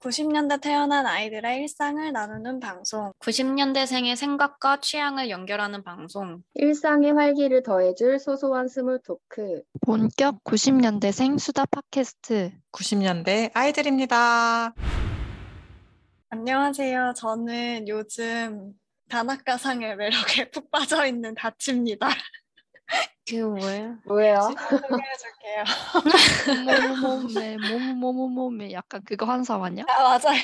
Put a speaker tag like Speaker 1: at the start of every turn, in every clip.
Speaker 1: 90년대 태어난 아이들의 일상을 나누는 방송.
Speaker 2: 90년대생의 생각과 취향을 연결하는 방송.
Speaker 3: 일상의 활기를 더해줄 소소한 스몰 토크.
Speaker 4: 본격 90년대생 수다 팟캐스트.
Speaker 5: 90년대 아이들입니다.
Speaker 1: 안녕하세요. 저는 요즘 단학가상의 매력에 푹 빠져 있는 다치입니다.
Speaker 2: 그 뭐예요?
Speaker 3: 뭐예요?
Speaker 1: 소개해줄게요.
Speaker 4: 몸몸몸에 몸몸몸몸에 약간 그거 환상 아니야?
Speaker 1: 아 맞아요.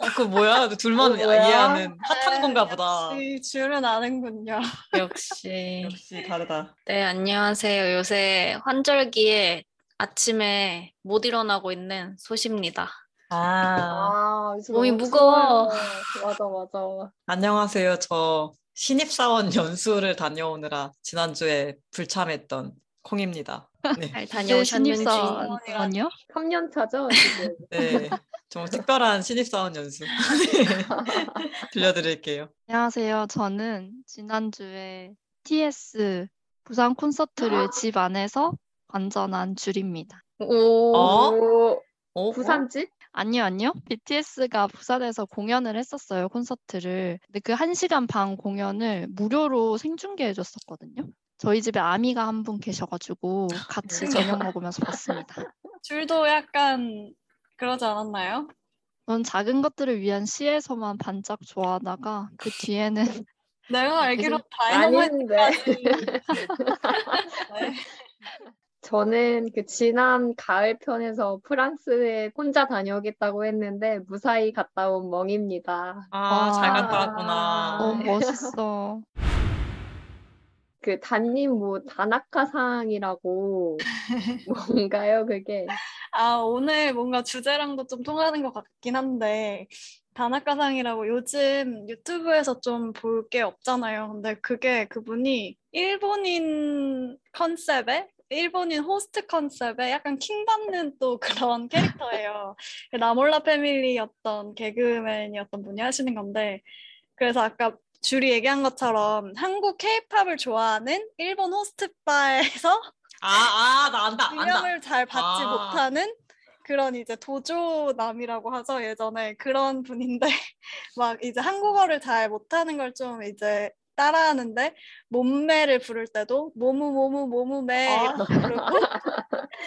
Speaker 5: 아, 그 뭐야? 둘만
Speaker 3: 어, 뭐야?
Speaker 5: 이해하는 핫한 건가
Speaker 1: 네,
Speaker 5: 보다.
Speaker 1: 역시 줄은 아는군요.
Speaker 2: 역시.
Speaker 5: 역시 다르다.
Speaker 2: 네, 안녕하세요. 요새 환절기에 아침에 못 일어나고 있는 소시입니다.
Speaker 5: 아,
Speaker 3: 아, 요즘
Speaker 2: 몸이
Speaker 3: 너무
Speaker 2: 무거워.
Speaker 3: 추워요. 맞아, 맞아.
Speaker 5: 안녕하세요. 저 신입사원 연수를 다녀오느라 지난주에 불참했던 콩입니다. 네,
Speaker 2: 잘
Speaker 4: 이제
Speaker 2: 다녀오셨는지.
Speaker 4: 신입사원 아니요?
Speaker 3: 3년 차죠, 지금.
Speaker 5: 네. 정말 특별한 신입사원 연수 들려드릴게요.
Speaker 4: 안녕하세요. 저는 지난주에 TS 부산 콘서트를 집 안에서 완전한 줄입니다.
Speaker 2: 오.
Speaker 5: 어?
Speaker 3: 오,
Speaker 5: 어?
Speaker 3: 뭐, 부산집?
Speaker 4: 아니요, 아니요. BTS가 부산에서 공연을 했었어요, 콘서트를. 근데 그 1시간 반 공연을 무료로 생중계해 줬었거든요. 저희 집에 아미가 한 분 계셔가지고 같이 저녁 먹으면서 봤습니다.
Speaker 1: 줄도 약간 그러지 않았나요?
Speaker 4: 넌 작은 것들을 위한 시에서만 반짝 좋아하다가 그 뒤에는
Speaker 1: 내가 알기로 다이너마이트까지.
Speaker 3: 아닌데.
Speaker 1: 네.
Speaker 3: 저는 그 지난 가을 편에서 프랑스에 혼자 다녀오겠다고 했는데 무사히 갔다 온 멍입니다.
Speaker 5: 아, 잘
Speaker 4: 아.
Speaker 5: 갔다 왔구나.
Speaker 3: 아.
Speaker 4: 어, 멋있어.
Speaker 3: 그 단님 뭐 다나카상이라고 뭔가요 그게?
Speaker 1: 아 오늘 뭔가 주제랑도 좀 통하는 것 같긴 한데 단학가상이라고 요즘 유튜브에서 좀 볼 게 없잖아요. 근데 그게 그분이 일본인 컨셉에 일본인 호스트 컨셉에 약간 킹받는 또 그런 캐릭터예요. 그 나몰라 패밀리였던 개그맨이었던 분이 하시는 건데 그래서 아까 줄이 얘기한 것처럼 한국 케이팝을 좋아하는 일본 호스트바에서
Speaker 5: 아, 아, 나 안다, 안다.
Speaker 1: 기념을 잘 받지
Speaker 5: 아.
Speaker 1: 못하는 그런 이제 도조남이라고 하죠 예전에 그런 분인데 막 이제 한국어를 잘 못하는 걸 좀 이제 따라하는데 몸매를 부를 때도 모무 모무 모무매
Speaker 5: 아.
Speaker 1: 이렇게 부르고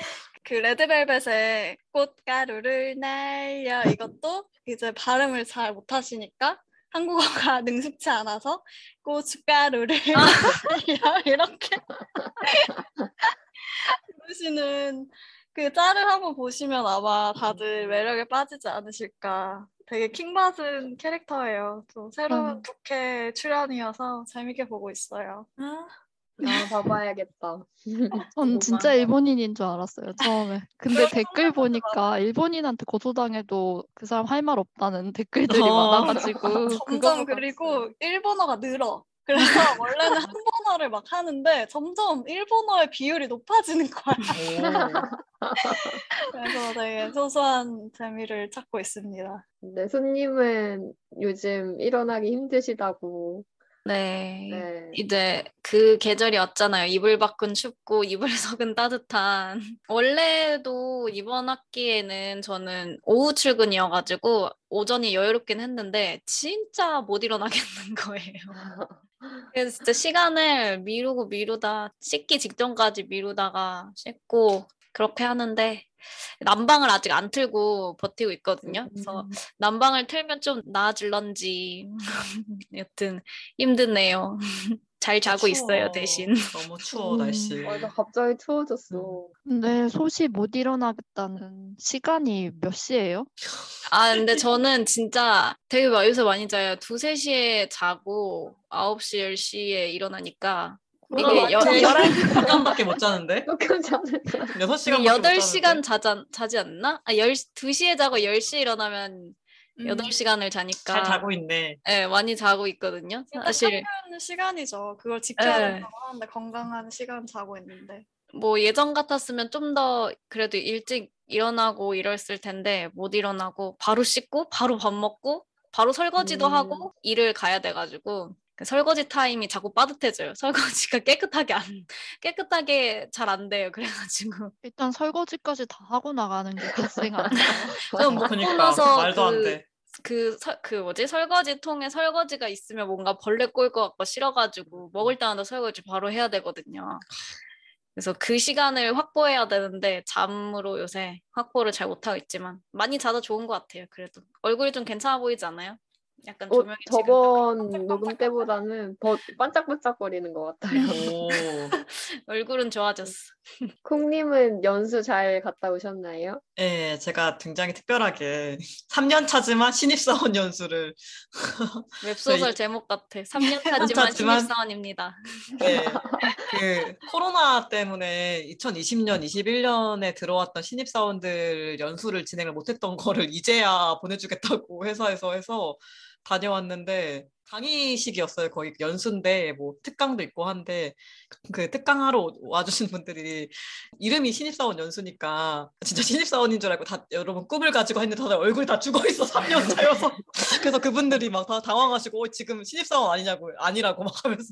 Speaker 1: 그 레드벨벳의 꽃가루를 날려 이것도 이제 발음을 잘 못하시니까 한국어가 능숙치 않아서 고춧가루를
Speaker 5: 아.
Speaker 1: 날려 이렇게 부르시는 그 짤을 한번 보시면 아마 다들 매력에 빠지지 않으실까. 되게 킹받은 캐릭터예요. 또 새로운
Speaker 4: 음.
Speaker 1: 부캐 출연이어서 재밌게 보고 있어요.
Speaker 3: 아 봐봐야겠다.
Speaker 4: 전 진짜 일본인인 줄 알았어요, 처음에. 근데 댓글 보니까 일본인한테 고소당해도 그 사람 할 말 없다는 댓글들이
Speaker 5: 어.
Speaker 4: 많아가지고.
Speaker 1: 음, 점점
Speaker 4: 그거
Speaker 1: 그리고 일본어가 늘어. 그래서 원래는 한본어를 막 하는데 점점 일본어의 비율이 높아지는 거야.
Speaker 3: 네.
Speaker 5: 오.
Speaker 1: 그래서 되게 소소한 재미를 찾고 있습니다.
Speaker 3: 네, 손님은 요즘 일어나기 힘드시다고.
Speaker 2: 네.
Speaker 3: 네.
Speaker 2: 이제 그 계절이 왔잖아요. 이불 밖은 춥고 이불 속은 따뜻한. 원래도 이번 학기에는 저는 오후 출근이어가지고 오전이 여유롭긴 했는데 진짜 못 일어나겠는 거예요. 그래서 진짜 시간을 미루고 미루다 씻기 직전까지 미루다가 씻고 그렇게 하는데 난방을 아직 안 틀고 버티고 있거든요.
Speaker 3: 음,
Speaker 2: 그래서 난방을 틀면 좀 나아질런지 여튼 힘드네요. 잘 자고 있어요
Speaker 5: 추워.
Speaker 2: 대신. 어,
Speaker 5: 너무 추워
Speaker 3: 음,
Speaker 5: 날씨.
Speaker 3: 맞아, 갑자기
Speaker 2: 음.
Speaker 3: 추워졌어.
Speaker 4: 근데 소시 못 일어나겠다는 시간이 몇 시예요?
Speaker 2: 아, 근데 저는 진짜 되게 막 요새 많이 자요. 두세 시에 자고 아홉 시, 열 시에 일어나니까 이게 여,
Speaker 3: 완전-
Speaker 2: 열한
Speaker 5: 시간밖에 못 자는데?
Speaker 3: 조금 자는
Speaker 5: 6시간
Speaker 2: 시 여덟 시간 자자 자지 않나? 아, 열 두시에 자고 열 시에 일어나면
Speaker 1: 음.
Speaker 2: 여덟 시간을 자니까
Speaker 5: 음. 잘 자고 있네.
Speaker 2: 예, 많이 자고 있거든요. 사실
Speaker 1: 사실 시간이죠. 그걸
Speaker 2: 예.
Speaker 1: 지켜야 된다고 하는데 건강한 시간 자고 있는데.
Speaker 2: 뭐 예전 같았으면 좀 더 그래도 일찍 일어나고 이랬을 텐데 못 일어나고 바로 씻고 바로 밥 먹고 바로 설거지도
Speaker 3: 음.
Speaker 2: 하고 일을 가야 돼가지고 그 설거지 타임이 자꾸 빠듯해져요. 설거지가 깨끗하게 안 깨끗하게 잘 안 돼요. 그래가지고
Speaker 4: 일단 설거지까지 다 하고 나가는 게 발생하니까
Speaker 2: 그럼 먹고
Speaker 5: 그러니까
Speaker 2: 나서
Speaker 5: 말도
Speaker 2: 그-
Speaker 5: 안 돼.
Speaker 2: 그, 서- 그 뭐지 설거지 통에 설거지가 있으면 뭔가 벌레 꼴 것 같고 싫어가지고 먹을 때마다 설거지 바로 해야 되거든요. 그래서 그 시간을 확보해야 되는데 잠으로 요새 확보를 잘 못하고 있지만 많이 자도 좋은 것 같아요. 그래도 얼굴이 좀 괜찮아 보이지 않아요? 약간
Speaker 3: 어,
Speaker 2: 음, 조명이 지금
Speaker 3: 저번
Speaker 2: 반짝반짝
Speaker 3: 녹음 때보다는 더 반짝반짝거리는 것 같아요.
Speaker 2: 네.
Speaker 5: 오.
Speaker 2: 얼굴은 좋아졌어.
Speaker 3: 콩님은 연수 잘 갔다 오셨나요?
Speaker 5: 예, 제가 굉장히 특별하게 3년 차지만 신입사원 연수를 네,
Speaker 2: 웹소설
Speaker 5: 이-
Speaker 2: 제목 같아. 3년 차지만
Speaker 5: 차지만-
Speaker 2: 신입사원입니다.
Speaker 5: 네, 그 코로나 때문에 2020년, 21년에 들어왔던 신입사원들 연수를 진행을 못했던 거를 이제야 보내주겠다고 회사에서 해서 다녀왔는데 강의식이었어요. 거의 연수인데 뭐 특강도 있고 한데 그 특강하러 오- 와주신 분들이 이름이 신입사원 연수니까 진짜 신입사원인 줄 알고 다 여러분 꿈을 가지고 했는데 다들 얼굴이 다 죽어 있어 3년 차여서 그래서 그분들이 막 다 당황하시고 어, 지금 신입사원 아니냐고 아니라고 막 하면서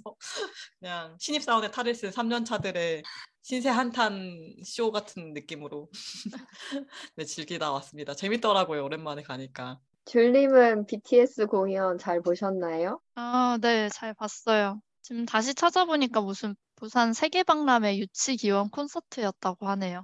Speaker 5: 그냥 신입사원의 탈을 쓴 3년 차들의 신세 한탄 쇼 같은 느낌으로 네, 즐기다 왔습니다. 재밌더라고요. 오랜만에 가니까.
Speaker 3: 줄님은 BTS 공연 잘 보셨나요?
Speaker 4: 아, 네, 잘 봤어요. 지금 다시 찾아보니까 무슨 부산 세계박람회 유치기원 콘서트였다고 하네요.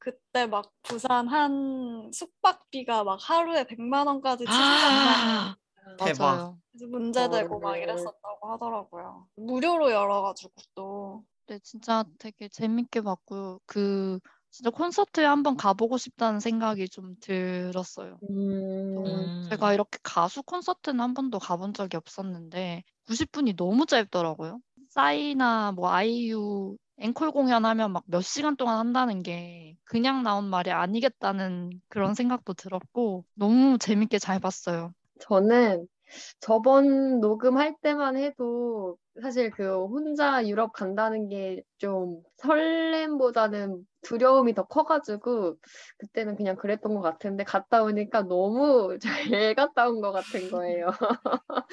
Speaker 1: 그때 막 부산 한 숙박비가 막 하루에 100만 원까지
Speaker 5: 아.
Speaker 1: 치솟았나
Speaker 5: 대박.
Speaker 4: 아! 맞아요.
Speaker 1: 그래서 문제되고 막
Speaker 3: 어.
Speaker 1: 이랬었다고 하더라고요. 무료로 열어가지고 또
Speaker 4: 네, 진짜 되게 재밌게 봤고요. 그 진짜 콘서트에 한번 가보고 싶다는 생각이 좀 들었어요.
Speaker 3: 음,
Speaker 5: 음.
Speaker 4: 제가 이렇게 가수 콘서트는 한 번도 가본 적이 없었는데 90분이 너무 짧더라고요. 싸이나 뭐 아이유 앵콜 공연하면 막 몇 시간 동안 한다는 게 그냥 나온 말이 아니겠다는 그런 생각도 들었고 너무 재밌게 잘 봤어요.
Speaker 3: 저는 저번 녹음할 때만 해도 사실 그 혼자 유럽 간다는 게 좀 설렘보다는 두려움이 더 커가지고 그때는 그냥 그랬던 것 같은데 갔다 오니까 너무 잘 갔다 온 것 같은 거예요.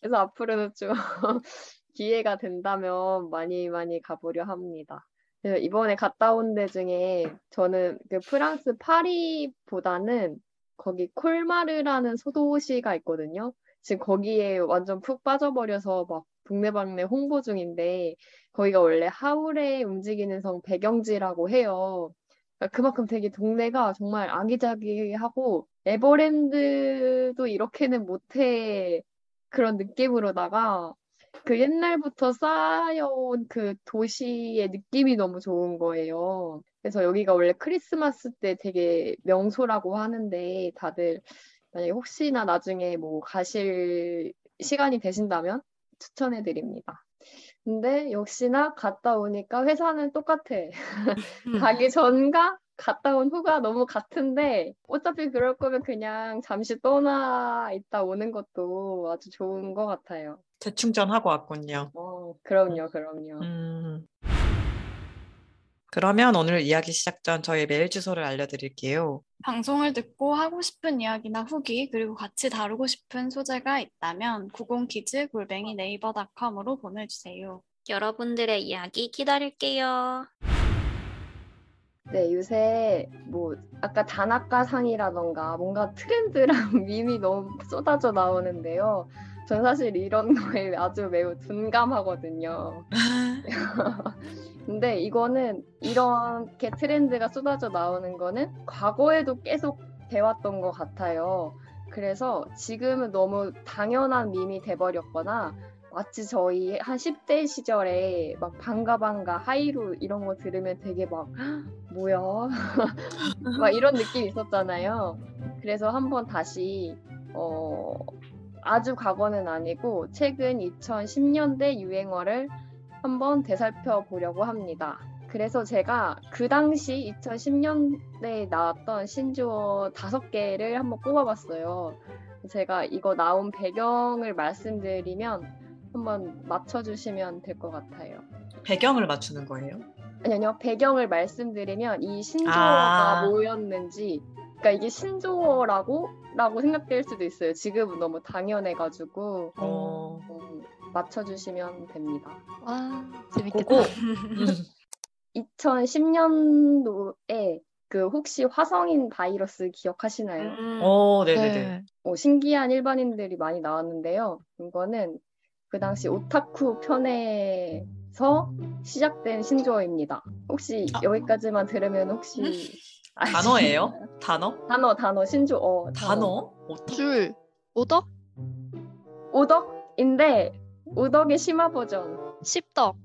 Speaker 3: 그래서 앞으로는 좀 기회가 된다면 많이 많이 가보려 합니다. 그래서 이번에 갔다 온 데 중에 저는 그 프랑스 파리보다는 거기 콜마르라는 소도시가 있거든요. 지금 거기에 완전 푹 빠져버려서 막 동네방네 홍보 중인데 거기가 원래 하울의 움직이는 성 배경지라고 해요. 그러니까 그만큼 되게 동네가 정말 아기자기하고 에버랜드도 이렇게는 못해 그런 느낌으로다가 그 옛날부터 쌓여온 그 도시의 느낌이 너무 좋은 거예요. 그래서 여기가 원래 크리스마스 때 되게 명소라고 하는데 다들 만약에 혹시나 나중에 뭐 가실 시간이 되신다면 추천해 드립니다. 근데 역시나 갔다 오니까 회사는 똑같아.
Speaker 2: 음.
Speaker 3: 가기 전과 갔다 온 후가 너무 같은데 어차피 그럴 거면 그냥 잠시 떠나 있다 오는 것도 아주 좋은 것 같아요.
Speaker 5: 재충전하고 왔군요.
Speaker 3: 어, 그럼요, 그럼요.
Speaker 5: 음. 그러면 오늘 이야기 시작 전 저희 메일 주소를 알려드릴게요.
Speaker 1: 방송을 듣고 하고 싶은 이야기나 후기 그리고 같이 다루고 싶은 소재가 있다면 90키즈 골뱅이 네이버닷컴으로 보내주세요.
Speaker 2: 여러분들의 이야기 기다릴게요.
Speaker 3: 네, 요새 뭐 아까 단아까 상이라던가 뭔가 트렌드랑 밈이 너무 쏟아져 나오는데요. 전 사실 이런 거에 아주 매우 둔감하거든요. 근데 이거는 이렇게 트렌드가 쏟아져 나오는 거는 과거에도 계속 배웠던 것 같아요. 그래서 지금은 너무 당연한 밈이 돼버렸거나 마치 저희 한 10대 시절에 막 반가반가 하이루 이런 거 들으면 되게 막 뭐야? 막 이런 느낌이 있었잖아요. 그래서 한번 다시 어 아주 과거는 아니고 최근 2010년대 유행어를 한번 되살펴 보려고 합니다. 그래서 제가 그 당시 2010년대에 나왔던 신조어 다섯 개를 한번 꼽아봤어요. 제가 이거 나온 배경을 말씀드리면 한번 맞춰주시면 될 것 같아요.
Speaker 5: 배경을 맞추는 거예요.
Speaker 3: 아니요, 아니요. 배경을 말씀드리면 이 신조어가
Speaker 5: 아.
Speaker 3: 뭐였는지, 그러니까 이게 신조어라고 라고 생각될 수도 있어요. 지금은 너무 당연해가지고
Speaker 5: 어.
Speaker 3: 음, 맞춰주시면 됩니다.
Speaker 4: 와 재밌겠다.
Speaker 5: 그거. 음.
Speaker 3: 2010년도에 그 혹시 화성인 바이러스 기억하시나요?
Speaker 2: 음.
Speaker 5: 어, 네네네.
Speaker 4: 네.
Speaker 3: 어, 신기한 일반인들이 많이 나왔는데요. 이거는 그 당시 오타쿠 편에서 시작된 신조어입니다. 혹시
Speaker 5: 아. 음.
Speaker 3: 여기까지만 들으면 혹시 아시-
Speaker 5: 단어예요? 단어?
Speaker 3: 단어 단어 신조어
Speaker 5: 단어? 어떻게?
Speaker 4: 줄 오덕
Speaker 3: 오덕인데 오덕의 심화 버전
Speaker 4: 십덕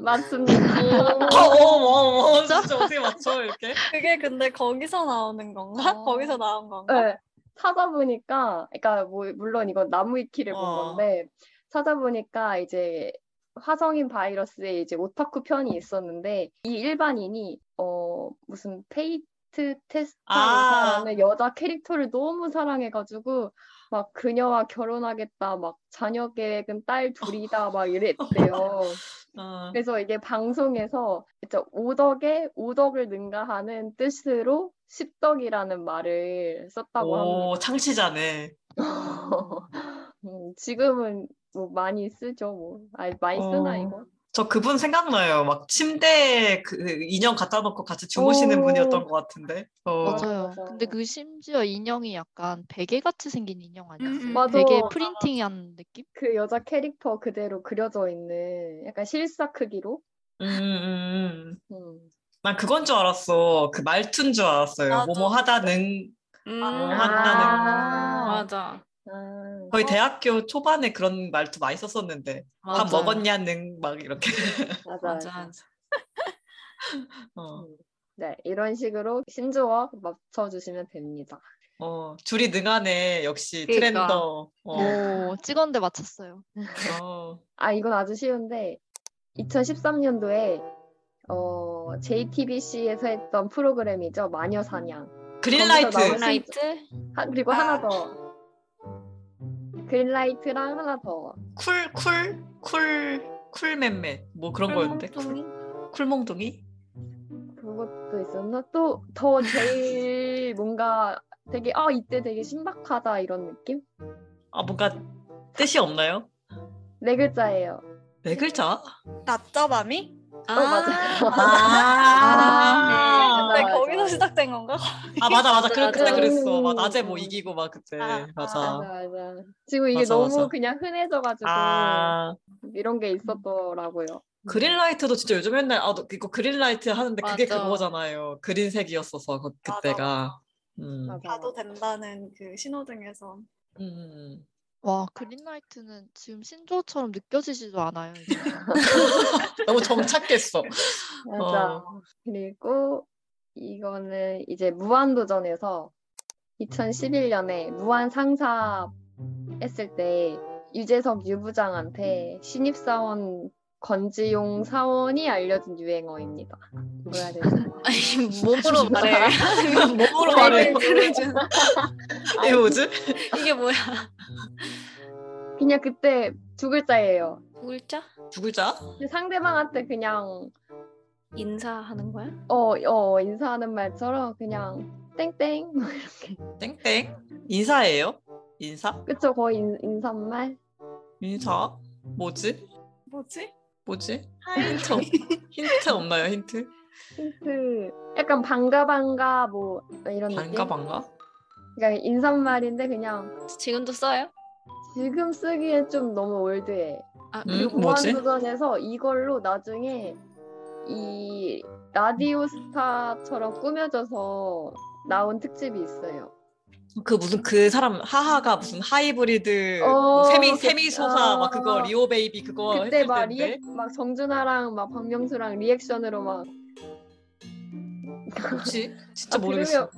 Speaker 3: 맞습니다.
Speaker 5: 어, 어, 어, 진짜 어떻게 맞춰 이렇게?
Speaker 1: 그게 근데 거기서 나오는 건가?
Speaker 4: 어.
Speaker 1: 거기서 나온 건가?
Speaker 3: 네, 찾아보니까, 그러니까 뭐, 물론 이건 나무 위키를 본
Speaker 5: 어.
Speaker 3: 건데 찾아보니까 이제 화성인 바이러스에 이제 오타쿠 편이 있었는데 이 일반인이 어 무슨 페이트
Speaker 1: 아.
Speaker 3: 테스타라는 여자 캐릭터를 너무 사랑해가지고 막 그녀와 결혼하겠다, 막 자녀 계획은 딸 둘이다, 막 이랬대요.
Speaker 5: 어,
Speaker 3: 그래서 이게 방송에서 진짜 오덕에 오덕을 능가하는 뜻으로 십덕이라는 말을 썼다고
Speaker 5: 오, 창시자네.
Speaker 3: 합니다. 음, 지금은 뭐 많이 쓰죠, 뭐. 아, 많이 쓰나
Speaker 5: 어.
Speaker 3: 이거?
Speaker 5: 저 그분 생각나요. 막 침대에 그 인형 갖다 놓고 같이
Speaker 3: 오.
Speaker 5: 주무시는 분이었던 것 같은데. 어.
Speaker 4: 맞아요.
Speaker 3: 맞아.
Speaker 4: 근데 그 심지어 인형이 약간 베개 같이 생긴 인형 아니었어요?
Speaker 2: 음,
Speaker 3: 맞아.
Speaker 4: 베개 프린팅한 느낌?
Speaker 3: 그 여자 캐릭터 그대로 그려져 있는 약간 실사 크기로.
Speaker 5: 음, 음, 음.
Speaker 3: 음.
Speaker 5: 난 그건 줄 알았어. 그 말투인 줄 알았어요.
Speaker 1: 맞아.
Speaker 5: 뭐뭐 하다는
Speaker 2: 음,
Speaker 5: 한다는
Speaker 2: 맞아.
Speaker 3: 아,
Speaker 5: 거의 대학교 초반에 그런 말투 많이 썼었는데 밥
Speaker 2: 맞아.
Speaker 5: 먹었냐는 막 이렇게.
Speaker 3: 맞아요.
Speaker 2: 맞아. 맞아.
Speaker 5: 어,
Speaker 3: 네, 이런 식으로 신조어 맞춰주시면 됩니다.
Speaker 5: 어, 줄이 능하네. 역시
Speaker 2: 그러니까.
Speaker 5: 트렌더. 어,
Speaker 4: 오 찍었는데 맞췄어요.
Speaker 5: 어.
Speaker 3: 아, 이건 아주 쉬운데 2013년도에 어, JTBC에서 했던 프로그램이죠. 마녀 사냥.
Speaker 5: 그린라이트.
Speaker 3: 거기서 나온
Speaker 2: 라이트?
Speaker 3: 하- 그리고
Speaker 2: 아.
Speaker 3: 하나 더. 그린라이트랑 하나 더.
Speaker 5: 쿨, 쿨, 쿨, 쿨맴매. 뭐 그런 거였는데. 쿨, 쿨몽둥이?
Speaker 3: 그것도 있었나? 또 더 제일 뭔가 되게 아 이때 되게 신박하다 이런 느낌?
Speaker 5: 아, 뭔가 뜻이 없나요?
Speaker 3: 네 글자예요.
Speaker 5: 네 글자?
Speaker 1: 낮잡아미?
Speaker 2: 아,
Speaker 3: 맞아요.
Speaker 5: 아, 아,
Speaker 1: 근데
Speaker 3: 맞아,
Speaker 1: 거기서
Speaker 3: 맞아.
Speaker 1: 시작된 건가?
Speaker 5: 맞아, 맞아. 그래,
Speaker 2: 맞아.
Speaker 5: 그때 그랬어. 막
Speaker 3: 음.
Speaker 5: 낮에 뭐 이기고 막 그때.
Speaker 1: 아,
Speaker 5: 맞아.
Speaker 3: 맞아 맞아. 지금 이게
Speaker 5: 맞아,
Speaker 3: 너무
Speaker 5: 맞아.
Speaker 3: 그냥 흔해져가지고
Speaker 5: 아.
Speaker 3: 이런 게 있었더라고요.
Speaker 5: 그린라이트도 진짜 요즘 맨날 아 너 이거 그린라이트 하는데 그게
Speaker 2: 맞아.
Speaker 5: 그거잖아요. 그린색이었어서 그,
Speaker 1: 맞아,
Speaker 5: 그때가. 음.
Speaker 3: 맞아.
Speaker 1: 봐도 된다는 그 신호등에서.
Speaker 5: 음.
Speaker 4: 와 그린라이트는 지금 신조어처럼 느껴지지도 않아요. 이제.
Speaker 5: 너무 정착했어.
Speaker 3: 맞아.
Speaker 5: 어.
Speaker 3: 그리고 이거는 이제 무한도전에서 2011년에 무한상사 했을 때 유재석 유부장한테 신입사원 건지용 사원이 알려준 유행어입니다. 뭐라 해야 되지?
Speaker 2: 아니, 뭐 몸으로 말해.
Speaker 5: 몸으로 말해. 이게 뭐지?
Speaker 2: 이게 뭐야?
Speaker 3: 그냥 그때 두 글자예요.
Speaker 2: 글자?
Speaker 5: 두 글자?
Speaker 3: 근데 상대방한테 그냥
Speaker 2: 인사하는 거야?
Speaker 3: 어, 어 인사하는 말처럼 그냥 땡땡 뭐 이렇게
Speaker 5: 땡땡. 인사예요? 인사?
Speaker 3: 그쵸 거의 인, 인사말
Speaker 5: 인사? 뭐지?
Speaker 1: 뭐지?
Speaker 5: 뭐지?
Speaker 1: 하이.
Speaker 5: 힌트, 없- 힌트 없나요? 힌트?
Speaker 3: 힌트 약간 반가 반가 뭐 이런
Speaker 5: 반가
Speaker 3: 느낌
Speaker 5: 반가?
Speaker 3: 그러니까 인사말인데 그냥
Speaker 2: 지금도 써요?
Speaker 3: 지금 쓰기엔 좀 너무 올드해.
Speaker 2: 아,
Speaker 5: 음?
Speaker 2: 그리고
Speaker 5: 뭐지?
Speaker 3: 무한도전에서 이걸로 나중에 이 라디오 스타처럼 꾸며져서 나온 특집이 있어요.
Speaker 5: 그 무슨 그 사람 하하가 무슨 하이브리드
Speaker 3: 어,
Speaker 5: 뭐 세미
Speaker 3: 그-
Speaker 5: 세미 소사 막 그거
Speaker 3: 어.
Speaker 5: 리오 베이비 그거
Speaker 3: 그때
Speaker 5: 했을
Speaker 3: 막
Speaker 5: 텐데.
Speaker 3: 리액 막 정준하랑 막 박명수랑 리액션으로 막
Speaker 5: 뭐지? 진짜
Speaker 3: 아,
Speaker 5: 모르겠어.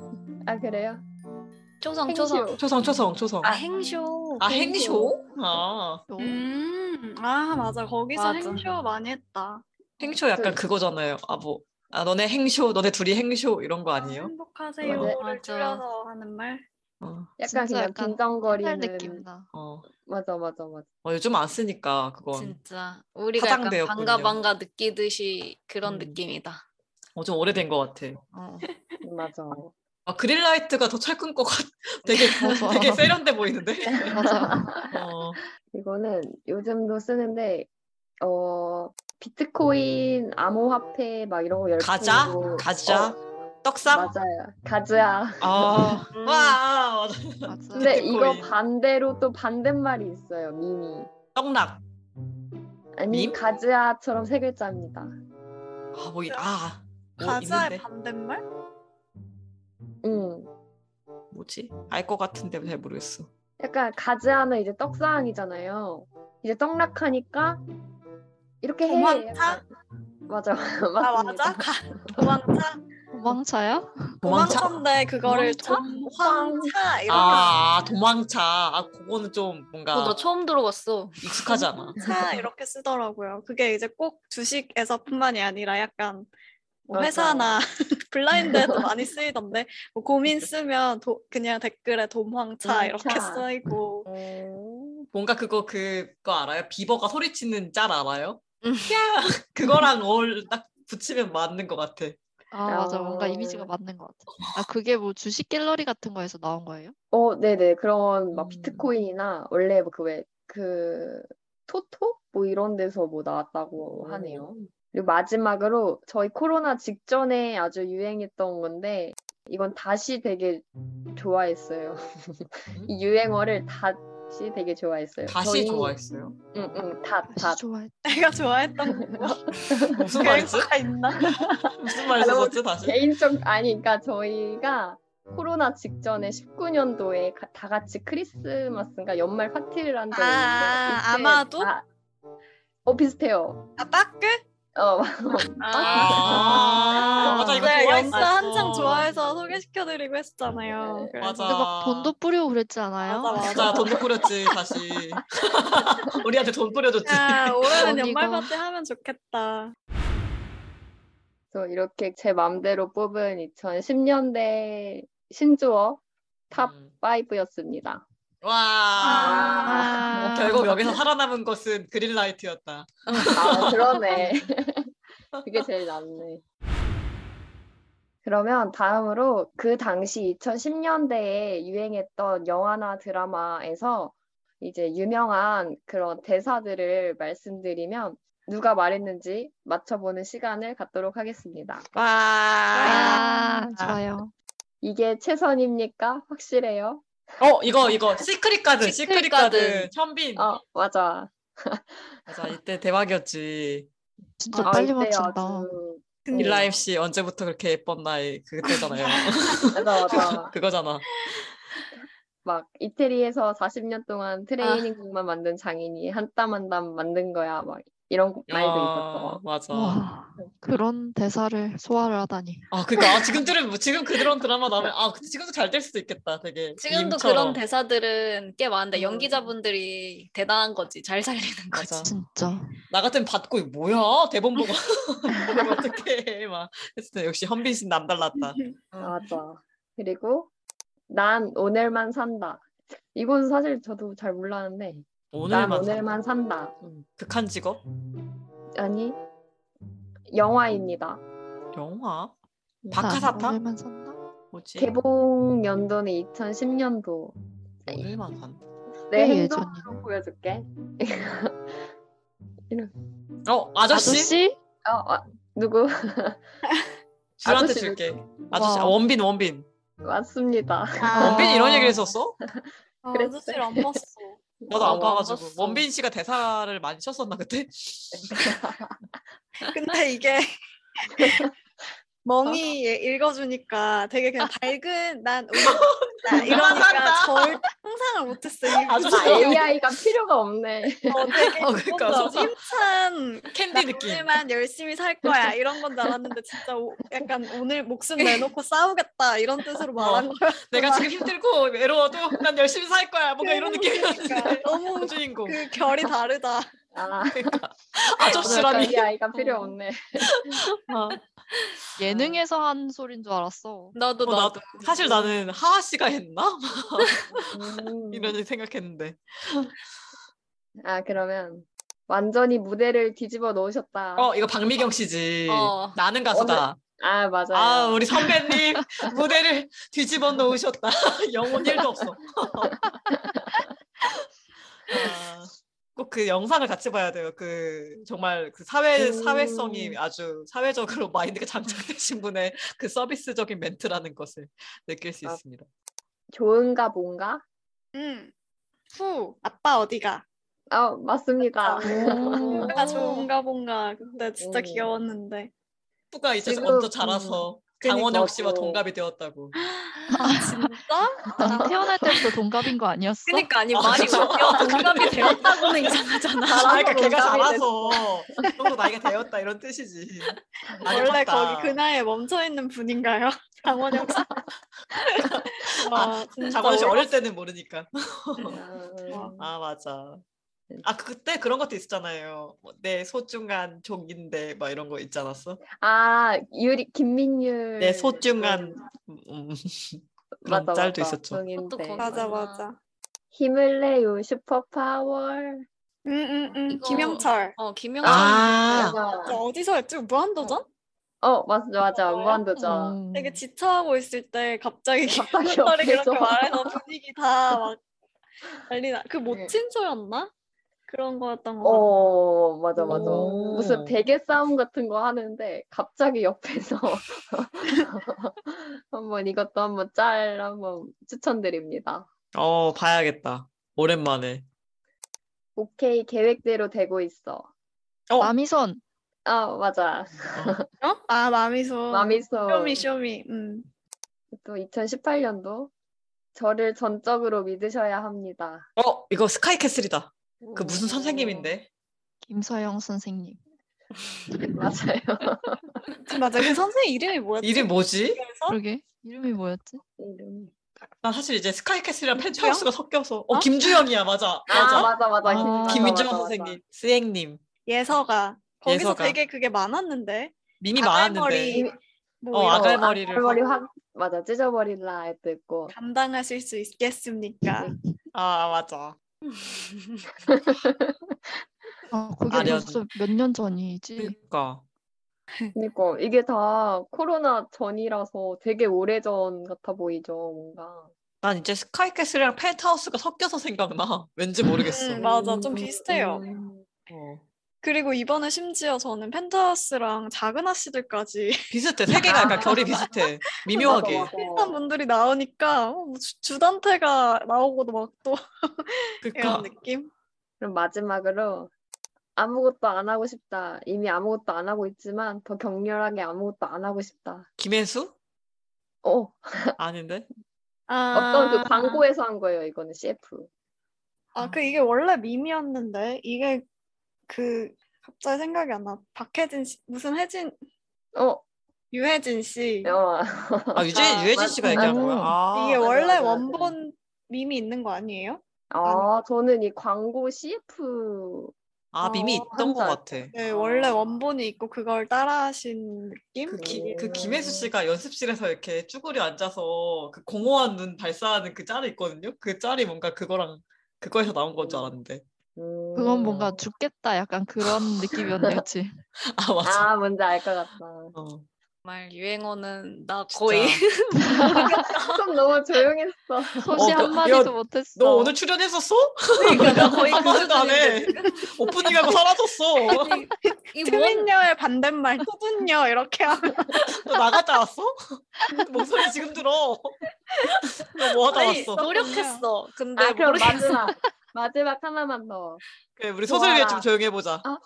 Speaker 3: 아 그래요?
Speaker 4: 어,
Speaker 2: 초성, 초성.
Speaker 3: 행쇼.
Speaker 5: 초성 초성 초성.
Speaker 2: 아, 행쇼.
Speaker 5: 아 행쇼? 아
Speaker 4: 또
Speaker 1: 음, 아 맞아. 거기서
Speaker 2: 맞아.
Speaker 1: 행쇼 많이 했다.
Speaker 5: 행쇼 약간
Speaker 3: 그-
Speaker 5: 그거잖아요. 아 뭐. 아 너네 행쇼 너네 둘이 행쇼 이런 거 아니에요?
Speaker 1: 행복하세요를
Speaker 2: 맞아.
Speaker 1: 줄여서 하는 말.
Speaker 5: 어,
Speaker 3: 약간
Speaker 4: 진짜
Speaker 3: 그냥
Speaker 4: 약간
Speaker 3: 긴장거리는
Speaker 4: 옛날 느낌 나.
Speaker 5: 어.
Speaker 3: 맞아 맞아 맞아.
Speaker 5: 어, 요즘 안 쓰니까 그건
Speaker 2: 진짜 우리가
Speaker 5: 화장대였군요.
Speaker 2: 약간 반가 반가 느끼듯이 그런
Speaker 5: 음.
Speaker 2: 느낌이다.
Speaker 5: 어, 좀 오래된 것 같아.
Speaker 2: 어.
Speaker 3: 맞아.
Speaker 5: 아, 그릴라이트가 더 찰끈 것 같. 되게
Speaker 4: 맞아.
Speaker 5: 되게 세련돼 보이는데.
Speaker 4: 맞아.
Speaker 5: 어,
Speaker 3: 이거는 요즘도 쓰는데 어 비트코인 암호화폐 막 이런 거 열풍
Speaker 5: 가자, 가자, 떡상.
Speaker 3: 어. 맞아요 가자
Speaker 5: 아,
Speaker 2: 음.
Speaker 5: 와, 맞아.
Speaker 4: 맞아.
Speaker 3: 근데 이거
Speaker 5: 비트코인.
Speaker 3: 반대로 또 반대말이 있어요 미미
Speaker 5: 떡락.
Speaker 3: 아니
Speaker 5: 밈?
Speaker 3: 가즈아처럼 세 글자입니다
Speaker 5: 아, 뭐, 이- 아, 뭐
Speaker 1: 가자의
Speaker 5: 있는데?
Speaker 1: 반대말?
Speaker 3: 음
Speaker 5: 뭐지? 알 것 같은데 잘 모르겠어.
Speaker 3: 약간 가즈아는 이제 떡상이잖아요 이제 떡락하니까 이렇게 해
Speaker 1: 도망차?
Speaker 3: 맞아
Speaker 1: 나
Speaker 3: 맞습니다
Speaker 1: 맞아? 가, 도망차?
Speaker 4: 도망차요?
Speaker 5: 도망차.
Speaker 1: 도망차인데 그거를 도망차 이렇게
Speaker 5: 아, 도망차. 아, 그거는 좀 뭔가
Speaker 2: 어, 나 처음 들어봤어.
Speaker 5: 익숙하잖아.
Speaker 1: 차 이렇게 쓰더라고요. 그게 이제 꼭 주식에서뿐만이 아니라 약간 뭐
Speaker 3: 맞아요.
Speaker 1: 회사나 블라인드에도 많이 쓰이던데 뭐 고민 쓰면 도- 그냥 댓글에 도망차 이렇게
Speaker 3: 도망차.
Speaker 1: 쓰이고
Speaker 5: 어, 뭔가 그거 그거 알아요? 비버가 소리치는 짤 알아요?
Speaker 2: 음.
Speaker 5: 야 그거랑 어울 딱 붙이면 맞는 것 같아.
Speaker 4: 아 맞아 뭔가
Speaker 3: 어.
Speaker 4: 이미지가 맞는 것 같아. 아 그게 뭐 주식 갤러리 같은 거에서 나온 거예요?
Speaker 3: 어, 네네. 그런 막
Speaker 5: 음.
Speaker 3: 비트코인이나 원래 뭐그 그왜그 토토 뭐 이런 데서 뭐 나왔다고 하네요. 그리고 마지막으로 저희 코로나 직전에 아주 유행했던 건데 이건 다시 되게 좋아했어요. 이 유행어를 다시 되게 좋아했어요.
Speaker 5: 다시
Speaker 3: 저희-
Speaker 5: 좋아했어요.
Speaker 3: 응, 응, 닷,
Speaker 4: 다시
Speaker 3: 닷.
Speaker 4: 좋아해.
Speaker 1: 내가 좋아했던 거
Speaker 5: 무슨 말이지?
Speaker 1: 결과가 있나?
Speaker 5: 무슨 말 썼었지 다시?
Speaker 3: 개인적 아니 그러니까 저희가 코로나 직전에 19년도에 다 같이 크리스마스인가 연말 파티를 한 적이
Speaker 1: 아,
Speaker 3: 있는데 이때
Speaker 1: 아마도?
Speaker 3: 다- 어 비슷해요.
Speaker 1: 아 빠끌?
Speaker 3: 어
Speaker 2: 아.
Speaker 5: 아, 맞아 이거
Speaker 1: 네,
Speaker 5: 좋아했어.
Speaker 1: 연사 한창 좋아해서 소개시켜드리고 했잖아요. 그래서
Speaker 5: 맞아.
Speaker 4: 근데 막 돈도 뿌리고 그랬지 않아요?
Speaker 1: 맞아, 맞아.
Speaker 5: 네, 맞아 돈도 뿌렸지 다시. 우리한테 돈 뿌려줬지.
Speaker 3: 아,
Speaker 1: 야, 올해는
Speaker 4: 언니가-
Speaker 1: 아, 연말 파티 하면 좋겠다.
Speaker 3: 그래서 이렇게 제 맘대로 뽑은 2010년대 신조어 탑
Speaker 5: 음.
Speaker 3: 5였습니다.
Speaker 5: 와.
Speaker 4: 아,
Speaker 5: 결국 여기서 살아남은 것은 그린라이트였다.
Speaker 3: 아, 그러네. 그게 제일 낫네. 그러면 다음으로 그 당시 2010년대에 유행했던 영화나 드라마에서 이제 유명한 그런 대사들을 말씀드리면 누가 말했는지 맞춰보는 시간을 갖도록 하겠습니다.
Speaker 4: 아, 좋아요.
Speaker 3: 이게 최선입니까? 확실해요?
Speaker 5: 어 이거 이거 시크릿 가든 시크릿
Speaker 2: 시크릿
Speaker 5: 가든
Speaker 2: 가든.
Speaker 5: 현빈
Speaker 3: 어, 맞아.
Speaker 5: 맞아 이때 대박이었지
Speaker 4: 진짜
Speaker 3: 아,
Speaker 4: 빨리
Speaker 3: 이때요,
Speaker 4: 맞춘다.
Speaker 3: 아주. 네.
Speaker 5: 일라임 씨 언제부터 그렇게 예뻤나 이 그때잖아요
Speaker 3: 맞아, 맞아.
Speaker 5: 그거잖아
Speaker 3: 막 이태리에서 40년 동안
Speaker 5: 아.
Speaker 3: 트레이닝복만 만든 장인이 한 땀 한 땀 만든 거야. 막 이런 말도
Speaker 5: 아,
Speaker 3: 있었어.
Speaker 5: 맞아
Speaker 4: 와, 그런 대사를 소화를 하다니.
Speaker 5: 아 그러니까 아, 지금 들은 뭐, 지금 그런 드라마 나오면 아 근데 지금도 잘 될 수도 있겠다 되게
Speaker 2: 지금도
Speaker 5: 님처럼.
Speaker 2: 그런 대사들은 꽤 많은데
Speaker 3: 음.
Speaker 2: 연기자분들이 대단한 거지. 잘 살리는 거지.
Speaker 5: 맞아
Speaker 4: 진짜.
Speaker 5: 나 같으면 받고 이거 뭐야 대본 보고 이걸 어떻게 막 했을 때 역시 현빈 씨는 남달랐다
Speaker 3: 맞아. 그리고 난 오늘만 산다. 이건 사실 저도 잘 몰랐는데 난
Speaker 5: 오늘만
Speaker 3: 오늘만 산다.
Speaker 5: 음, 극한 직업
Speaker 3: 아니 영화입니다.
Speaker 5: 영화
Speaker 4: 나
Speaker 5: 박하사탕
Speaker 4: 아, 오늘만 산다.
Speaker 5: 뭐지
Speaker 3: 개봉 연도는 2010년도.
Speaker 5: 오늘만 산다
Speaker 3: 내
Speaker 4: 꽤
Speaker 3: 행동으로
Speaker 4: 예전이네.
Speaker 3: 보여줄게.
Speaker 5: 어 아저씨
Speaker 4: 아저씨?
Speaker 3: 어, 어, 누구?
Speaker 5: 줄한테
Speaker 3: 아저씨
Speaker 5: 줄게. 아저씨
Speaker 4: 와.
Speaker 5: 아, 원빈 원빈.
Speaker 3: 맞습니다.
Speaker 5: 원빈이 이런 얘기를 했었어?
Speaker 1: 아,
Speaker 3: 그랬어요.
Speaker 1: 아저씨를 안 봤어.
Speaker 5: 나도 안
Speaker 3: 어,
Speaker 5: 봐가지고
Speaker 2: 봤어.
Speaker 5: 원빈 씨가 대사를 많이 쳤었나 그때?
Speaker 1: 근데 이게 멍이 얘 읽어주니까 되게 그냥 밝은 난 우리 이러니까
Speaker 5: 맞았다.
Speaker 1: 절 상상을 못했어. 이
Speaker 5: 아저씨
Speaker 3: 아, AI가 필요가 없네.
Speaker 1: 어, 되게
Speaker 5: 어, 그러니까
Speaker 1: 뭔가
Speaker 5: 서사.
Speaker 1: 힘찬 나
Speaker 5: 캔디 느낌.
Speaker 1: 오늘만 열심히 살 거야 이런 건 줄 알았는데 진짜 오- 약간 오늘 목숨 내놓고 싸우겠다 이런 뜻으로
Speaker 5: 어.
Speaker 1: 말한 거야.
Speaker 5: 내가 지금 힘들고 외로워도 난 열심히 살 거야. 뭔가 이런 느낌이었는데.
Speaker 1: 너무
Speaker 5: 주인공. 그러니까.
Speaker 1: 그 결이 다르다.
Speaker 3: 아,
Speaker 5: 아저씨라니.
Speaker 3: AI가 필요 없네.
Speaker 5: 어,
Speaker 4: 예능에서 한 소린 줄 알았어.
Speaker 2: 나도
Speaker 5: 어,
Speaker 2: 나도.
Speaker 5: 나도 사실 나는 하하 씨가 했나?
Speaker 3: 음.
Speaker 5: 이런 생각했는데.
Speaker 3: 아 그러면 완전히 무대를 뒤집어 놓으셨다.
Speaker 5: 어 이거 박미경 씨지.
Speaker 2: 어.
Speaker 5: 나는 가수다.
Speaker 3: 아, 맞아요.
Speaker 5: 아, 우리 선배님 무대를 뒤집어 놓으셨다. 영혼 1도 없어. 꼭 그 영상을 같이 봐야 돼요. 그 정말 그 사회
Speaker 3: 음.
Speaker 5: 사회성이 아주 사회적으로 마인드가 장착되신 분의 그 서비스적인 멘트라는 것을 느낄 수
Speaker 3: 아.
Speaker 5: 있습니다.
Speaker 3: 좋은가 뭔가?
Speaker 5: 음.
Speaker 1: 응. 후 아빠 어디가?
Speaker 3: 아, 맞습니다.
Speaker 4: 오.
Speaker 1: 뭔가 좋은가 뭔가 근데 진짜
Speaker 3: 음.
Speaker 1: 귀여웠는데
Speaker 5: 푸가 이제
Speaker 3: 지금,
Speaker 5: 먼저 자라서 강원혁 씨와
Speaker 3: 맞아.
Speaker 5: 동갑이 되었다고.
Speaker 1: 진짜?
Speaker 4: 난 태어날 때부터 동갑인 거 아니었어?
Speaker 2: 그러니까 아니
Speaker 5: 아,
Speaker 2: 말이
Speaker 5: 그쵸?
Speaker 2: 웃겨 동갑이 되었다고는 이상하잖아.
Speaker 5: 아, 그러니까 걔가
Speaker 3: 동갑이
Speaker 5: 자라서 그 정도 나이가 되었다 이런 뜻이지. 아니,
Speaker 1: 원래
Speaker 5: 컸다.
Speaker 1: 거기 그 나이에 멈춰 있는 분인가요? 장원영 씨. 와, 진짜
Speaker 5: 아, 장원 씨
Speaker 1: 어려-
Speaker 5: 어릴 때는 모르니까.
Speaker 3: 음.
Speaker 5: 아 맞아. 아 그때 그런 것도 있었잖아요. 뭐내 소중한 종인데 막 이런 거 있지 않았어?
Speaker 3: 아, 유리, 김민율.
Speaker 5: 내 네, 소중한 음, 음. 그런
Speaker 3: 네. 맞아, 맞아.
Speaker 5: 짤도 있었죠.
Speaker 3: 성인
Speaker 2: 그것도
Speaker 3: 때.
Speaker 2: 거기
Speaker 1: 맞아 맞아.
Speaker 3: 힘을 내요 슈퍼파워.
Speaker 5: 음,
Speaker 1: 응응응.
Speaker 2: 이거-
Speaker 1: 김영철.
Speaker 2: 어 김영철.
Speaker 5: 아
Speaker 1: 저 어디서 했지? 무한도전?
Speaker 3: 어 맞아 맞아
Speaker 1: 뭐예요?
Speaker 3: 무한도전.
Speaker 4: 음.
Speaker 1: 되게 지쳐하고 있을 때 갑자기
Speaker 3: 갑자기
Speaker 1: 김영철이
Speaker 3: 옆에서.
Speaker 1: 그렇게 말해서 분위기 다 막 난리나. 그
Speaker 3: 네.
Speaker 1: 모친소였나? 그런 거였던 거. 같아.
Speaker 3: 어 맞아 맞아.
Speaker 5: 오.
Speaker 3: 무슨 베개 싸움 같은 거 하는데 갑자기 옆에서 한번 이것도 한번 짤 한번 추천드립니다.
Speaker 5: 어 봐야겠다. 오랜만에.
Speaker 3: 오케이 계획대로 되고 있어.
Speaker 5: 어.
Speaker 4: 남이선
Speaker 3: 아 맞아.
Speaker 1: 어? 아 마미소.
Speaker 3: 마미소
Speaker 1: 쇼미 쇼미. 음.
Speaker 3: 또 2018년도 저를 전적으로 믿으셔야 합니다.
Speaker 5: 어 이거 스카이캐슬이다. 그 무슨 선생님인데?
Speaker 4: 김서영 선생님.
Speaker 3: 음, 맞아요.
Speaker 1: 맞아. 그 선생님 이름이 뭐였지?
Speaker 5: 이름 뭐지?
Speaker 1: 그래서
Speaker 4: 그러게 이름이 뭐였지?
Speaker 3: 이름이.
Speaker 5: 난 사실 이제 스카이캐슬이랑 펜트하우스가 섞여서 어 김주영이야 맞아
Speaker 3: 아
Speaker 5: 맞아.
Speaker 3: 맞아 맞아.
Speaker 5: 아,
Speaker 3: 김- 맞아,
Speaker 5: 김윤정
Speaker 3: 맞아, 맞아.
Speaker 5: 선생님, 스앵님
Speaker 1: 예서가 거기서
Speaker 5: 예서가.
Speaker 1: 되게 그게 많았는데.
Speaker 5: 님이
Speaker 1: 아갈머리.
Speaker 5: 많았는데
Speaker 1: 뭐
Speaker 5: 어,
Speaker 1: 이런
Speaker 5: 아갈-
Speaker 1: 거
Speaker 5: 아갈머리를
Speaker 3: 아갈머리 확 맞아 찢어버릴라 할도 있고
Speaker 1: 감당하실 수 있겠습니까?
Speaker 5: 아 맞아
Speaker 4: 아 그게
Speaker 5: 아련.
Speaker 4: 벌써 몇 년 전이지.
Speaker 5: 그러니까
Speaker 3: 그러니까 이게 다 코로나 전이라서 되게 오래전 같아 보이죠 뭔가
Speaker 5: 난 이제 스카이캐슬이랑 펜트하우스가 섞여서 생각나. 왠지 모르겠어.
Speaker 1: 음, 맞아, 좀 비슷해요.
Speaker 3: 음.
Speaker 5: 어.
Speaker 1: 그리고 이번에 심지어 저는 펜트하우스랑 작은 아씨들까지
Speaker 5: 비슷해. 세 개가 약간 결이 비슷해. 미묘하게.
Speaker 3: 맞아,
Speaker 1: 비슷한
Speaker 3: 맞아.
Speaker 1: 분들이 나오니까 어, 뭐 주, 주단태가 나오고도 막 또
Speaker 5: 그러니까
Speaker 1: 이런 느낌.
Speaker 3: 그럼 마지막으로 아무것도 안 하고 싶다 이미 아무것도 안 하고 있지만 더 격렬하게 아무것도 안 하고 싶다
Speaker 5: 김혜수?
Speaker 3: 어
Speaker 5: 아닌데?
Speaker 1: 아,
Speaker 3: 어떤 그 광고에서 한 거예요 이거는 CF
Speaker 1: 아, 그 이게 원래 밈이었는데 이게 그 갑자기 생각이 안 나. 박혜진 씨, 무슨 혜진,
Speaker 3: 어
Speaker 1: 유혜진 씨.
Speaker 3: 영화
Speaker 5: 아 유진
Speaker 1: 아, 음.
Speaker 5: 유혜진
Speaker 3: 맞-
Speaker 5: 씨가 얘기한
Speaker 4: 맞-
Speaker 5: 거야. 아,
Speaker 1: 이게
Speaker 3: 맞아,
Speaker 1: 원래
Speaker 3: 맞아, 맞아.
Speaker 1: 원본 밈이 있는 거 아니에요?
Speaker 3: 아 저는 이 광고 CF
Speaker 5: 아 밈이
Speaker 1: 어,
Speaker 5: 있던 것
Speaker 3: 한자.
Speaker 5: 같아.
Speaker 1: 네,
Speaker 3: 아.
Speaker 1: 원래 원본이 있고 그걸 따라하신 느낌?
Speaker 5: 그, 기,
Speaker 3: 음.
Speaker 5: 그 김혜수 씨가 연습실에서 이렇게 쭈그려 앉아서 그 공허한 눈 발사하는 그 짤이 있거든요. 그 짤이 뭔가 그거랑 그거에서 나온 건 줄 알았는데.
Speaker 3: 음.
Speaker 4: 그건 뭔가 죽겠다 약간 그런 느낌이었네요, 그치?
Speaker 5: 아 맞아.
Speaker 3: 아 뭔지 알 것 같다
Speaker 5: 어,
Speaker 2: 말 유행어는 나
Speaker 5: 진짜.
Speaker 2: 거의
Speaker 3: 좀 너무 조용했어.
Speaker 4: 소시
Speaker 5: 어, 너-
Speaker 4: 한마디도
Speaker 5: 야,
Speaker 4: 못했어.
Speaker 5: 너 오늘 출연했었어?
Speaker 2: 그러니까 나 거의
Speaker 5: 아,
Speaker 2: 그
Speaker 5: 말도 안 해.
Speaker 2: 수준인데 지금.
Speaker 5: 오프닝하고 사라졌어.
Speaker 2: 아니, 이뭔
Speaker 1: 트민녀의 반대말 토든녀 이렇게 하면
Speaker 5: 너 나갔다 왔어? 목소리 지금 들어. 너 뭐 하다
Speaker 2: 아니,
Speaker 5: 왔어?
Speaker 2: 노력했어. 근데
Speaker 3: 아 그럼
Speaker 2: 네, 모르겠어.
Speaker 3: 마지막 마지막 하나만 더
Speaker 5: 그래, 우리 소설 위에
Speaker 3: 좋아라.
Speaker 5: 좀 조용해 보자.
Speaker 3: 어?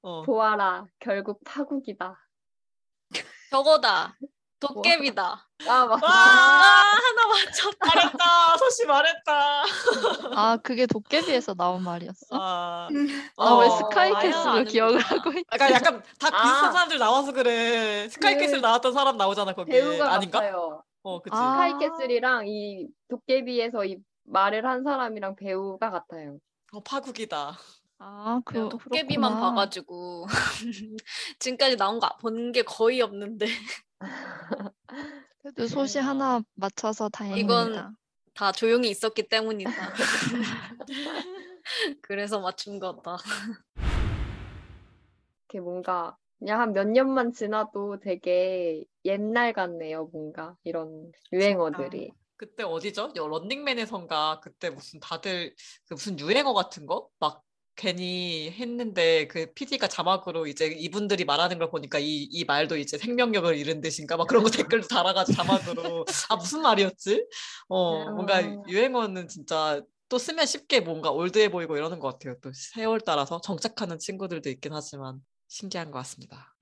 Speaker 5: 어.
Speaker 3: 보아라 결국 파국이다.
Speaker 2: 저거다. 도깨비다.
Speaker 3: 아 맞아.
Speaker 5: 와,
Speaker 2: 하나 맞췄다.
Speaker 5: 말했다. 소씨 말했다.
Speaker 4: 아 그게 도깨비에서 나온 말이었어? 아
Speaker 5: 아,
Speaker 4: 왜
Speaker 5: 어.
Speaker 2: 아야,
Speaker 4: 스카이캐슬로
Speaker 2: 아는구나.
Speaker 4: 기억을 하고 있지?
Speaker 5: 약간 약간 다 비슷한
Speaker 3: 아.
Speaker 5: 사람들 나와서 그래. 스카이캐슬 나왔던 사람 나오잖아 거기.
Speaker 3: 배우가
Speaker 5: 네, 아닌가?
Speaker 3: 같아요.
Speaker 5: 어, 그치.
Speaker 4: 아.
Speaker 3: 스카이캐슬이랑 이 도깨비에서 이 말을 한 사람이랑 배우가 같아요.
Speaker 5: 어, 파국이다.
Speaker 4: 아, 그,
Speaker 2: 그냥 도깨비만
Speaker 4: 그렇구나.
Speaker 2: 봐가지고 지금까지 나온 거 본 게 거의 없는데
Speaker 4: 그래도 소시
Speaker 5: 그래요.
Speaker 4: 하나 맞춰서 다행입니다.
Speaker 2: 이건 다 조용히 있었기 때문이다. 그래서 맞춘 거다.
Speaker 3: 이렇게 뭔가 그냥 한 몇 년만 지나도 되게 옛날 같네요, 뭔가. 이런 유행어들이.
Speaker 5: 그때 어디죠? 여- 런닝맨에선가 그때 무슨 다들 그 무슨 유행어 같은 거? 막 괜히 했는데 그 PD가 자막으로 이제 이분들이 말하는 걸 보니까 이, 이 말도 이제 생명력을 잃은 듯인가? 막 그런 거 댓글도 달아가지고 자막으로. 아, 무슨 말이었지? 어, 뭔가
Speaker 3: 음.
Speaker 5: 유행어는 진짜 또 쓰면 쉽게 뭔가 올드해 보이고 이러는 것 같아요. 또 세월 따라서 정착하는 친구들도 있긴 하지만 신기한 것 같습니다.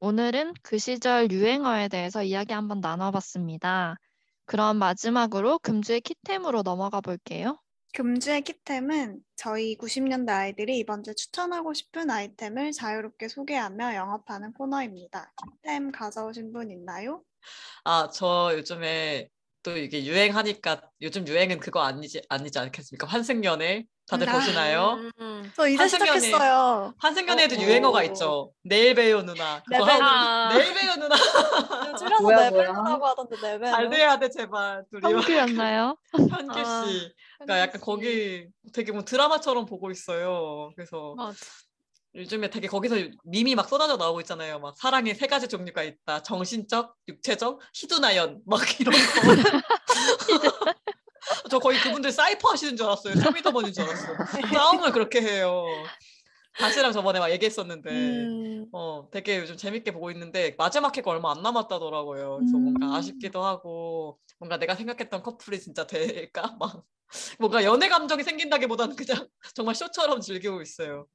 Speaker 4: 오늘은 그 시절 유행어에 대해서 이야기 한번 나눠봤습니다. 그럼 마지막으로 금주의 키템으로 넘어가 볼게요.
Speaker 1: 금주의 키템은 저희 90년대 아이들이 이번 주에 추천하고 싶은 아이템을 자유롭게 소개하며 영업하는 코너입니다. 키템 가져오신 분 있나요?
Speaker 5: 아, 저 요즘에 또 이게 유행하니까 요즘 유행은 그거 아니지 아니지 않겠습니까? 환승연애 다들
Speaker 1: 아.
Speaker 5: 보시나요?
Speaker 2: 음.
Speaker 1: 저 이제
Speaker 5: 환승연애.
Speaker 1: 시작했어요.
Speaker 5: 환승연애에도
Speaker 2: 어, 어.
Speaker 5: 유행어가 있죠. 내일 봬요 누나. 그거
Speaker 1: 내일
Speaker 5: 뭐 하고
Speaker 2: 아,
Speaker 5: 내일 봬요 누나.
Speaker 1: 아, 줄여서
Speaker 3: 뭐야,
Speaker 1: 네벨로라고 하던데 네벨로.
Speaker 5: 잘 돼야 돼 제발 둘이요.
Speaker 4: 성규였나요?
Speaker 5: 현규
Speaker 2: 아,
Speaker 5: 씨. 그러니까 약간 거기 되게 뭐 드라마처럼 보고 있어요. 그래서
Speaker 2: 맞아.
Speaker 5: 요즘에 되게 거기서 밈이 막 쏟아져 나오고 있잖아요. 막 사랑의 세 가지 종류가 있다. 정신적, 육체적, 희두나연 막 이런 거. 저 거의 그분들 사이퍼 하시는 줄 알았어요. 쇼미더머니인 줄 알았어요. 싸움을 그렇게 해요. 다시랑 저번에 막 얘기했었는데.
Speaker 1: 음,
Speaker 5: 어, 되게 요즘 재밌게 보고 있는데 마지막 회가 얼마 안 남았다더라고요. 그래서
Speaker 1: 음.
Speaker 5: 뭔가 아쉽기도 하고 뭔가 내가 생각했던 커플이 진짜 될까? 막 뭔가 연애 감정이 생긴다기보다는 그냥 정말 쇼처럼 즐기고 있어요.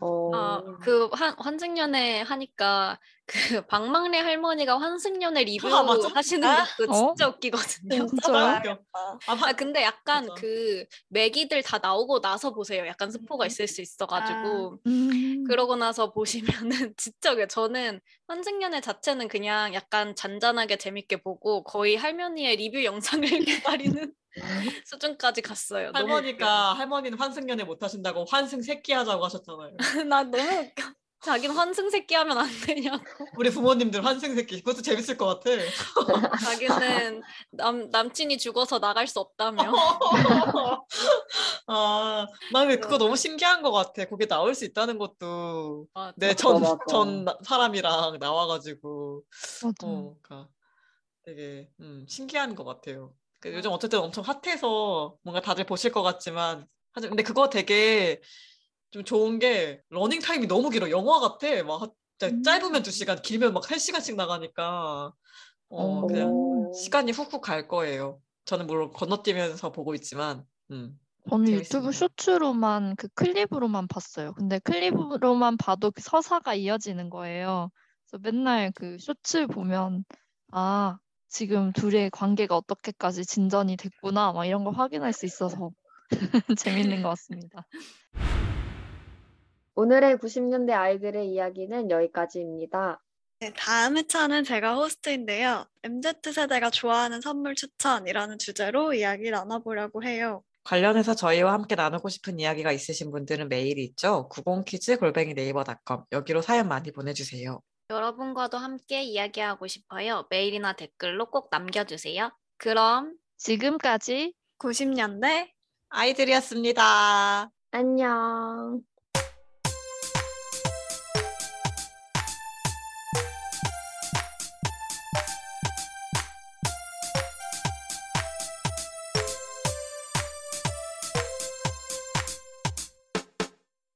Speaker 3: 어,
Speaker 2: 아, 그 환, 환승연애 하니까 그 방망래 할머니가 환승연애 리뷰
Speaker 5: 아, 맞아?
Speaker 2: 하시는
Speaker 1: 아,
Speaker 2: 것도
Speaker 4: 어? 음.
Speaker 2: 진짜 웃기거든요.
Speaker 1: 진짜
Speaker 5: 진짜요?
Speaker 1: 봐야겠다.
Speaker 5: 아,
Speaker 2: 아
Speaker 5: 바-
Speaker 2: 근데 약간
Speaker 5: 그죠.
Speaker 2: 그 매기들 다 나오고 나서 보세요. 약간
Speaker 5: 음.
Speaker 2: 스포가 있을 수 있어가지고
Speaker 4: 음,
Speaker 2: 그러고 나서 보시면은 진짜 그 저는 환승연애 자체는 그냥 약간 잔잔하게 재밌게 보고 거의 할머니의 리뷰 영상을 기다리는
Speaker 4: 음.
Speaker 2: 수준까지 갔어요. 너무
Speaker 5: 할머니가 할머니는 환승연애 못 하신다고 환승 새끼 하자고 하셨잖아요.
Speaker 2: 웃겨요. 나 너무 웃겨. 자기는 환승 새끼 하면 안 되냐고.
Speaker 5: 우리 부모님들 환승 새끼 그것도 재밌을 것 같아.
Speaker 2: 자기는 남 남친이 죽어서 나갈 수 없다며.
Speaker 5: 어. 아, 나는 그거 너무 신기한 것 같아. 거기 나올 수 있다는 것도 내
Speaker 3: 맞아,
Speaker 5: 네, 전
Speaker 3: 맞아.
Speaker 5: 전 사람이랑 나와가지고
Speaker 4: 맞아.
Speaker 3: 음.
Speaker 5: 어, 그러니까 되게 음, 신기한 것 같아요.
Speaker 3: 음.
Speaker 5: 그 요즘 어쨌든 엄청 핫해서 뭔가 다들 보실 것 같지만 하지만 근데 그거 되게 좀 좋은 게 러닝 타임이 너무 길어. 영화 같아. 막 하- 진짜
Speaker 4: 음.
Speaker 5: 짧으면 두 시간, 길면 막 한 시간씩 나가니까 어, 그냥
Speaker 3: 어.
Speaker 5: 시간이 훅훅 갈 거예요. 저는 물론 건너뛰면서 보고 있지만 음.
Speaker 4: 저는
Speaker 5: 재밌습니다.
Speaker 4: 유튜브 쇼츠로만 그 클립으로만 봤어요. 근데 클립으로만 봐도 그 서사가 이어지는 거예요. 그래서 맨날 그 쇼츠 보면 아 지금 둘의 관계가 어떻게까지 진전이 됐구나 막 이런 거 확인할 수 있어서 재밌는 것 같습니다.
Speaker 3: 오늘의 90년대 아이들의 이야기는 여기까지입니다.
Speaker 1: 네, 다음 회차는 제가 호스트인데요. MZ세대가 좋아하는 선물 추천이라는 주제로 이야기 나눠보려고 해요.
Speaker 5: 관련해서 저희와 함께 나누고 싶은 이야기가 있으신 분들은 메일이 있죠. 90키즈 골뱅이 네이버닷컴 여기로 사연 많이 보내주세요.
Speaker 2: 여러분과도 함께 이야기하고 싶어요. 메일이나 댓글로 꼭 남겨주세요. 그럼
Speaker 4: 지금까지
Speaker 1: 90년대
Speaker 5: 아이들이었습니다.
Speaker 3: 안녕.